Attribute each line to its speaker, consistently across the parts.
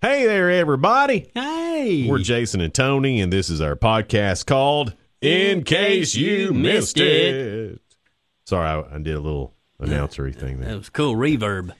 Speaker 1: Hey there, everybody.
Speaker 2: Hey.
Speaker 1: We're Jason and Tony, and this is our podcast called In Case You Missed It. Sorry, I, I did a little announcery thing there.
Speaker 2: that was cool reverb.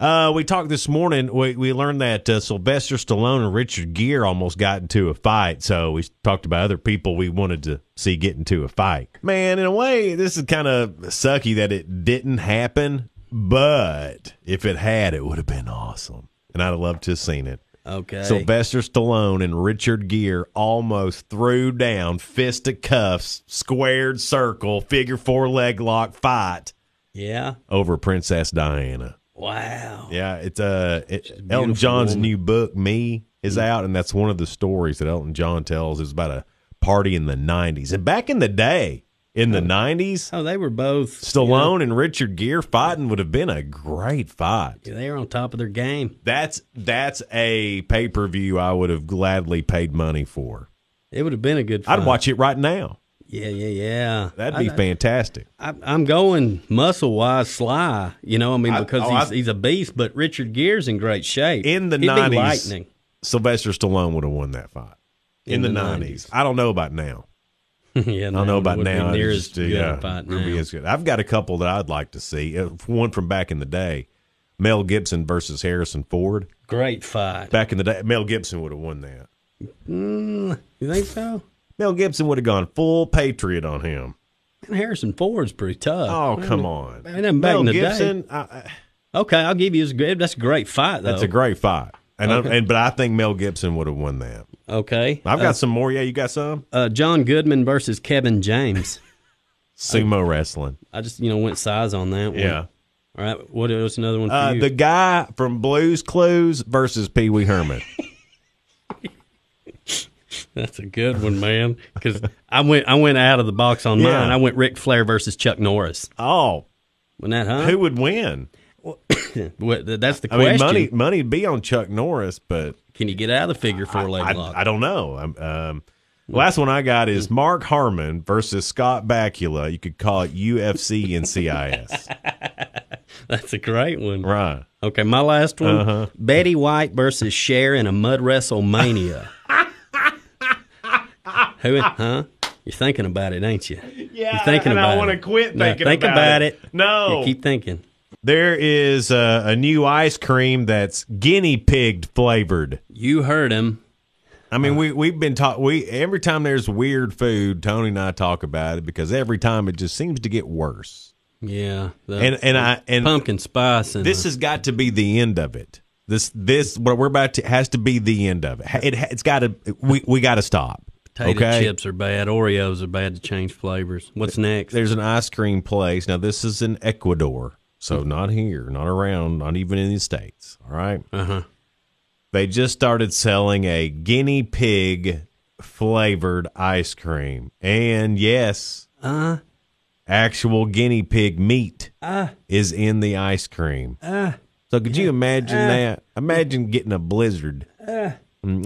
Speaker 1: Uh, we talked this morning. We, we learned that uh, Sylvester Stallone and Richard Gere almost got into a fight. So we talked about other people we wanted to see get into a fight. Man, in a way, this is kind of sucky that it didn't happen. But if it had, it would have been awesome, and I'd have loved to have seen it.
Speaker 2: Okay.
Speaker 1: Sylvester Stallone and Richard Gere almost threw down fisticuffs, squared circle, figure four leg lock fight
Speaker 2: yeah.
Speaker 1: over Princess Diana.
Speaker 2: Wow.
Speaker 1: Yeah, it's uh, it, Elton John's new book, Me, is out, and that's one of the stories that Elton John tells. It's about a party in the '90s, and back in the day, in the '90s,
Speaker 2: Oh, they were both
Speaker 1: Stallone and Richard Gere fighting would have been a great fight.
Speaker 2: Yeah, they were on top of their game.
Speaker 1: That's that's a pay per view I would have gladly paid money for.
Speaker 2: It would have been a good. Fight.
Speaker 1: I'd watch it right now.
Speaker 2: Yeah, yeah, yeah.
Speaker 1: That'd be fantastic.
Speaker 2: I, I'm going muscle wise, Sly. You know, I mean,
Speaker 1: I-
Speaker 2: because
Speaker 1: oh,
Speaker 2: he's
Speaker 1: I-
Speaker 2: he's a beast. But Richard Gere's in great shape.
Speaker 1: In the
Speaker 2: He'd be
Speaker 1: nineties,
Speaker 2: lightning.
Speaker 1: Sylvester Stallone would have won that fight. In,
Speaker 2: In
Speaker 1: the
Speaker 2: the
Speaker 1: nineties, I don't know about now.
Speaker 2: yeah,
Speaker 1: I don't know about now.
Speaker 2: Near
Speaker 1: It's
Speaker 2: as
Speaker 1: just, uh,
Speaker 2: good a fight
Speaker 1: wouldn't be
Speaker 2: now.
Speaker 1: as good. I've got a couple that I'd like to see. Uh, One from back in the day, Mel Gibson versus Harrison Ford.
Speaker 2: Great fight.
Speaker 1: Back in the day, Mel Gibson would have won that.
Speaker 2: Mm, you think so?
Speaker 1: Mel Gibson would have gone full patriot on him.
Speaker 2: Man, Harrison Ford's pretty tough.
Speaker 1: Oh come on,
Speaker 2: man, them back
Speaker 1: Mel
Speaker 2: in the day.
Speaker 1: Gibson. I, I,
Speaker 2: Okay, I'll give you his good. That's a great fight, though.
Speaker 1: Oh. that's a great fight, and I, and but I think Mel Gibson would have won that.
Speaker 2: okay.
Speaker 1: I've got some more. Yeah, you got some
Speaker 2: uh, John Goodman versus Kevin James.
Speaker 1: sumo wrestling.
Speaker 2: I just you know went size on that one.
Speaker 1: Yeah,
Speaker 2: All right. What was another one for
Speaker 1: uh,
Speaker 2: you?
Speaker 1: the guy from Blues Clues versus Pee Wee Herman.
Speaker 2: That's a good one, man. Because I went I went out of the box on
Speaker 1: Yeah.
Speaker 2: mine. I went Ric Flair versus Chuck Norris.
Speaker 1: Oh,
Speaker 2: Wasn't that huh?
Speaker 1: who would win?
Speaker 2: What- th- That's the
Speaker 1: I
Speaker 2: question.
Speaker 1: mean, money money'd be on Chuck Norris, but
Speaker 2: Can you get out of the figure four
Speaker 1: I,
Speaker 2: leg lock?
Speaker 1: I don't know. Um, um, the last one I got is Mark Harmon versus Scott Bakula. You could call it UFC and CIS.
Speaker 2: That's a great one.
Speaker 1: right. Uh-huh.
Speaker 2: Okay, my last one: Betty White versus Cher in a mud wrestle mania. Who? Huh? You're thinking about it, ain't you? Yeah. You're thinking
Speaker 1: and I
Speaker 2: about it.
Speaker 1: wanna quit
Speaker 2: No,
Speaker 1: thinking
Speaker 2: think
Speaker 1: about
Speaker 2: about
Speaker 1: it.
Speaker 2: it.
Speaker 1: No.
Speaker 2: You keep thinking.
Speaker 1: There is uh, a, a new ice cream that's guinea pig flavored.
Speaker 2: You heard him.
Speaker 1: I mean, we we've been taught we every time there's weird food, Tony and I talk about it because every time it just seems to get worse.
Speaker 2: Yeah. the
Speaker 1: And and I and
Speaker 2: pumpkin spice and
Speaker 1: this
Speaker 2: the-
Speaker 1: has got to be the end of it. This this what we're about to has to be the end of it. Ha- it ha- it's got to we we got to stop.
Speaker 2: potato
Speaker 1: okay,
Speaker 2: chips are bad. Oreos are bad to change flavors. What's next?
Speaker 1: there's an ice cream place. Now this is in Ecuador, so not here, not around, not even in the states. All right,
Speaker 2: Uh huh.
Speaker 1: they just started selling a guinea pig flavored ice cream, and yes,
Speaker 2: Uh
Speaker 1: actual guinea pig meat
Speaker 2: uh
Speaker 1: is in the ice cream.
Speaker 2: uh.
Speaker 1: So could you imagine that? Imagine getting a blizzard. Mm,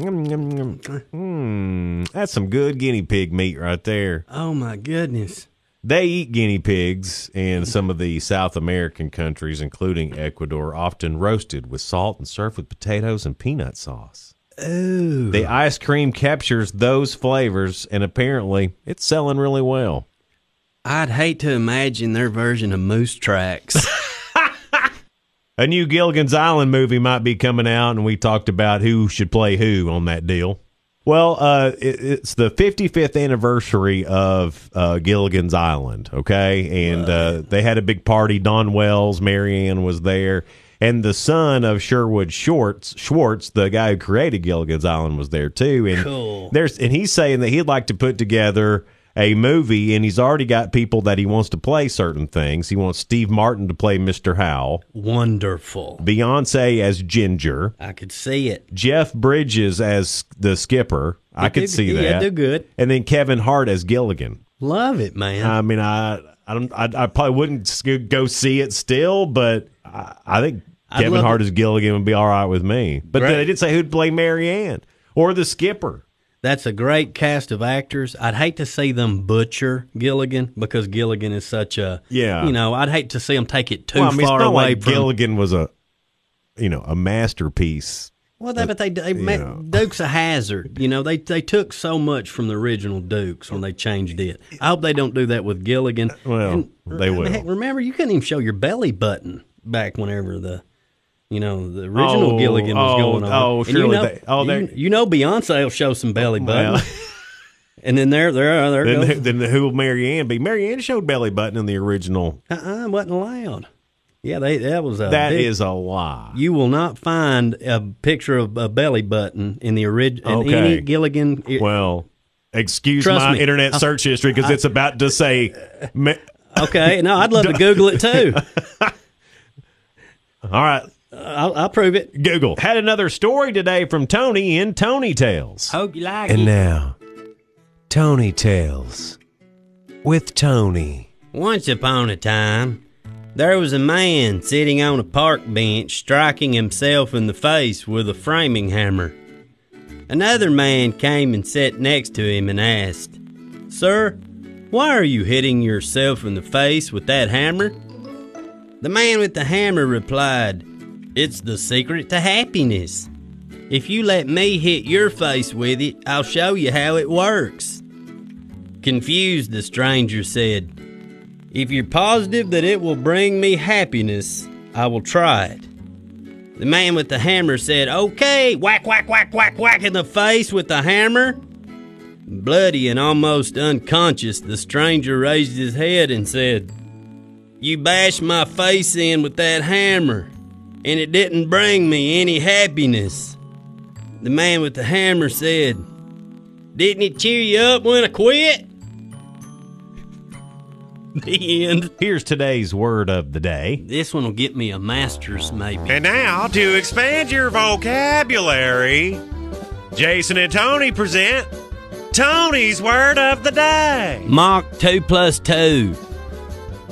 Speaker 1: yum, yum, yum. Mm, that's some good guinea pig meat right there.
Speaker 2: Oh my goodness.
Speaker 1: They eat guinea pigs in some of the South American countries, including Ecuador, often roasted with salt and served with potatoes and peanut sauce.
Speaker 2: Ooh.
Speaker 1: The ice cream captures those flavors, and apparently it's selling really well.
Speaker 2: I'd hate to imagine their version of moose tracks.
Speaker 1: A new Gilligan's Island movie might be coming out, and we talked about who should play who on that deal. Well, uh, it, it's the 55th anniversary of uh, Gilligan's Island, okay? And uh, they had a big party. Don Wells, Marianne was there, and the son of Sherwood Schwartz, Schwartz, the guy who created Gilligan's Island, was there too. And
Speaker 2: Cool.
Speaker 1: there's and he's saying that he'd like to put together a movie, and he's already got people that he wants to play certain things. He wants Steve Martin to play Mr. Howell.
Speaker 2: Wonderful.
Speaker 1: Beyonce as Ginger,
Speaker 2: I could see it.
Speaker 1: Jeff Bridges as the skipper. I
Speaker 2: do-
Speaker 1: could see
Speaker 2: yeah,
Speaker 1: that.
Speaker 2: do good.
Speaker 1: And then Kevin Hart as Gilligan.
Speaker 2: Love it, man.
Speaker 1: I mean, I I don't I, I probably wouldn't s- go see it still, but I, I think
Speaker 2: I'd
Speaker 1: Kevin
Speaker 2: love
Speaker 1: Hart as Gilligan would be all right with me. But
Speaker 2: Great.
Speaker 1: they didn't say who'd play Marianne or the skipper.
Speaker 2: That's a great cast of actors. I'd hate to see them butcher Gilligan because Gilligan is such a
Speaker 1: Yeah.
Speaker 2: You know, I'd hate to see them take it too
Speaker 1: Well, I mean,
Speaker 2: far
Speaker 1: it's not
Speaker 2: away
Speaker 1: like
Speaker 2: from
Speaker 1: Gilligan was a you know a masterpiece
Speaker 2: Well, they, but they, they ma- Duke's a hazard. You know, they they took so much from the original Dukes when they changed it. I hope they don't do that with Gilligan.
Speaker 1: Well, they
Speaker 2: I mean,
Speaker 1: will.
Speaker 2: heck, remember, you couldn't even show your belly button back whenever the. You know the original
Speaker 1: Oh,
Speaker 2: Gilligan was
Speaker 1: oh,
Speaker 2: going on.
Speaker 1: oh,
Speaker 2: And
Speaker 1: surely
Speaker 2: you know,
Speaker 1: they- oh,
Speaker 2: you,
Speaker 1: they-
Speaker 2: you know Beyonce will show some belly button,
Speaker 1: Well.
Speaker 2: and then there, there, there
Speaker 1: Then,
Speaker 2: goes.
Speaker 1: who- then who will Mary Ann be? Mary Ann showed belly button in the original.
Speaker 2: uh-uh, it wasn't allowed. Yeah, they, that was a
Speaker 1: That
Speaker 2: big-
Speaker 1: is a lie.
Speaker 2: You will not find a picture of a belly button in the original in
Speaker 1: Okay.
Speaker 2: any Gilligan.
Speaker 1: Well, excuse
Speaker 2: Trust
Speaker 1: my
Speaker 2: me.
Speaker 1: internet search history because it's about to say. ma-
Speaker 2: Okay, no, I'd love to Google it too.
Speaker 1: All right,
Speaker 2: I'll, I'll prove it.
Speaker 1: Google had another story today from Tony in Tony Tales.
Speaker 2: Hope you like
Speaker 3: And now, Tony Tales with Tony.
Speaker 2: Once upon a time, there was a man sitting on a park bench striking himself in the face with a framing hammer. Another man came and sat next to him and asked, Sir, why are you hitting yourself in the face with that hammer? The man with the hammer replied, It's the secret to happiness. If you let me hit your face with it, I'll show you how it works. Confused, the stranger said, if you're positive that it will bring me happiness, I will try it. The man with the hammer said, Okay, whack, whack, whack, whack, whack in the face with the hammer. Bloody and almost unconscious, the stranger raised his head and said, You bashed my face in with that hammer, and it didn't bring me any happiness. The man with the hammer said, Didn't it cheer you up when I quit? The end.
Speaker 1: Here's today's word of the day.
Speaker 2: This one will get me a master's, maybe.
Speaker 1: And now, to expand your vocabulary, Jason and Tony present Tony's Word of the Day.
Speaker 2: Mach 2 plus 2.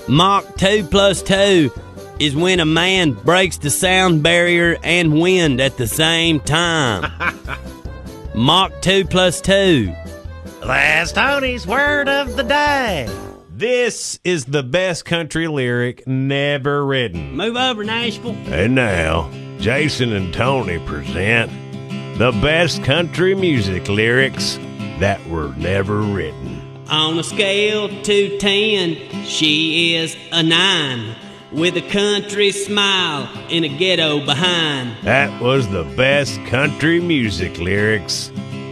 Speaker 2: Mach 2 plus 2 is when a man breaks the sound barrier and wind at the same time. Mach 2 plus 2.
Speaker 1: That's Tony's Word of the Day. This is the best country lyric never written.
Speaker 2: Move over, Nashville.
Speaker 1: And now, Jason and Tony present the best country music lyrics that were never written.
Speaker 2: On a scale to 10, she is a 9. With a country smile and a ghetto behind.
Speaker 1: That was the best country music lyrics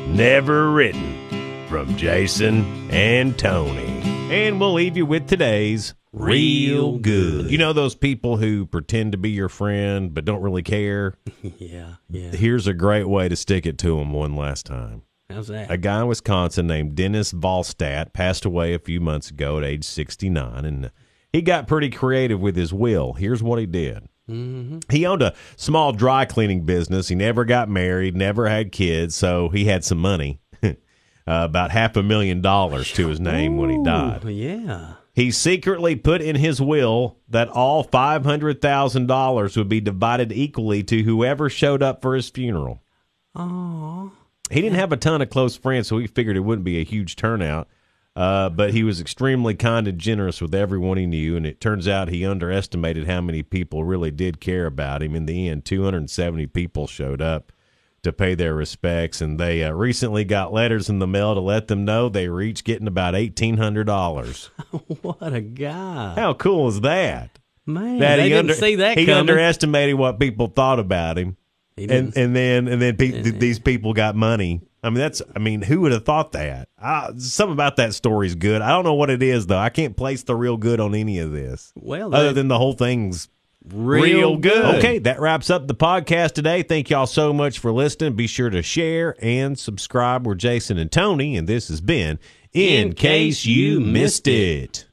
Speaker 1: never written from Jason and Tony. And we'll leave you with today's
Speaker 2: Real Good.
Speaker 1: You know those people who pretend to be your friend but don't really care?
Speaker 2: Yeah, yeah.
Speaker 1: Here's a great way to stick it to them one last time.
Speaker 2: How's that?
Speaker 1: A guy in Wisconsin named Dennis Volstadt passed away a few months ago at age 69, and he got pretty creative with his will. Here's what he did. He owned a small dry cleaning business. He never got married, never had kids, so he had some money, uh, about half a million dollars to his name when he died.
Speaker 2: Oh, yeah.
Speaker 1: He secretly put in his will that all $500,000 would be divided equally to whoever showed up for his funeral.
Speaker 2: Aww.
Speaker 1: He didn't have a ton of close friends, so he figured it wouldn't be a huge turnout. Uh, but he was extremely kind and generous with everyone he knew, and it turns out he underestimated how many people really did care about him. In the end, 270 people showed up to pay their respects, and they uh, recently got letters in the mail to let them know they were each getting about $1,800.
Speaker 2: What a guy.
Speaker 1: How cool is that?
Speaker 2: Man,
Speaker 1: That
Speaker 2: they
Speaker 1: he
Speaker 2: didn't
Speaker 1: under-
Speaker 2: see that
Speaker 1: he
Speaker 2: coming.
Speaker 1: underestimated what people thought about him
Speaker 2: He
Speaker 1: and
Speaker 2: didn't-
Speaker 1: and then and then pe- th- these people got money. I mean, that's I mean, who would have thought that? Uh, something about that story's good. I don't know what it is though. I can't place the real good on any of this,
Speaker 2: well,
Speaker 1: other
Speaker 2: that,
Speaker 1: than the whole thing's
Speaker 2: real,
Speaker 1: Okay, that wraps up the podcast today. Thank y'all so much for listening. Be sure to share and subscribe. We're Jason and Tony, and this has been in,
Speaker 2: In Case You Missed
Speaker 1: it.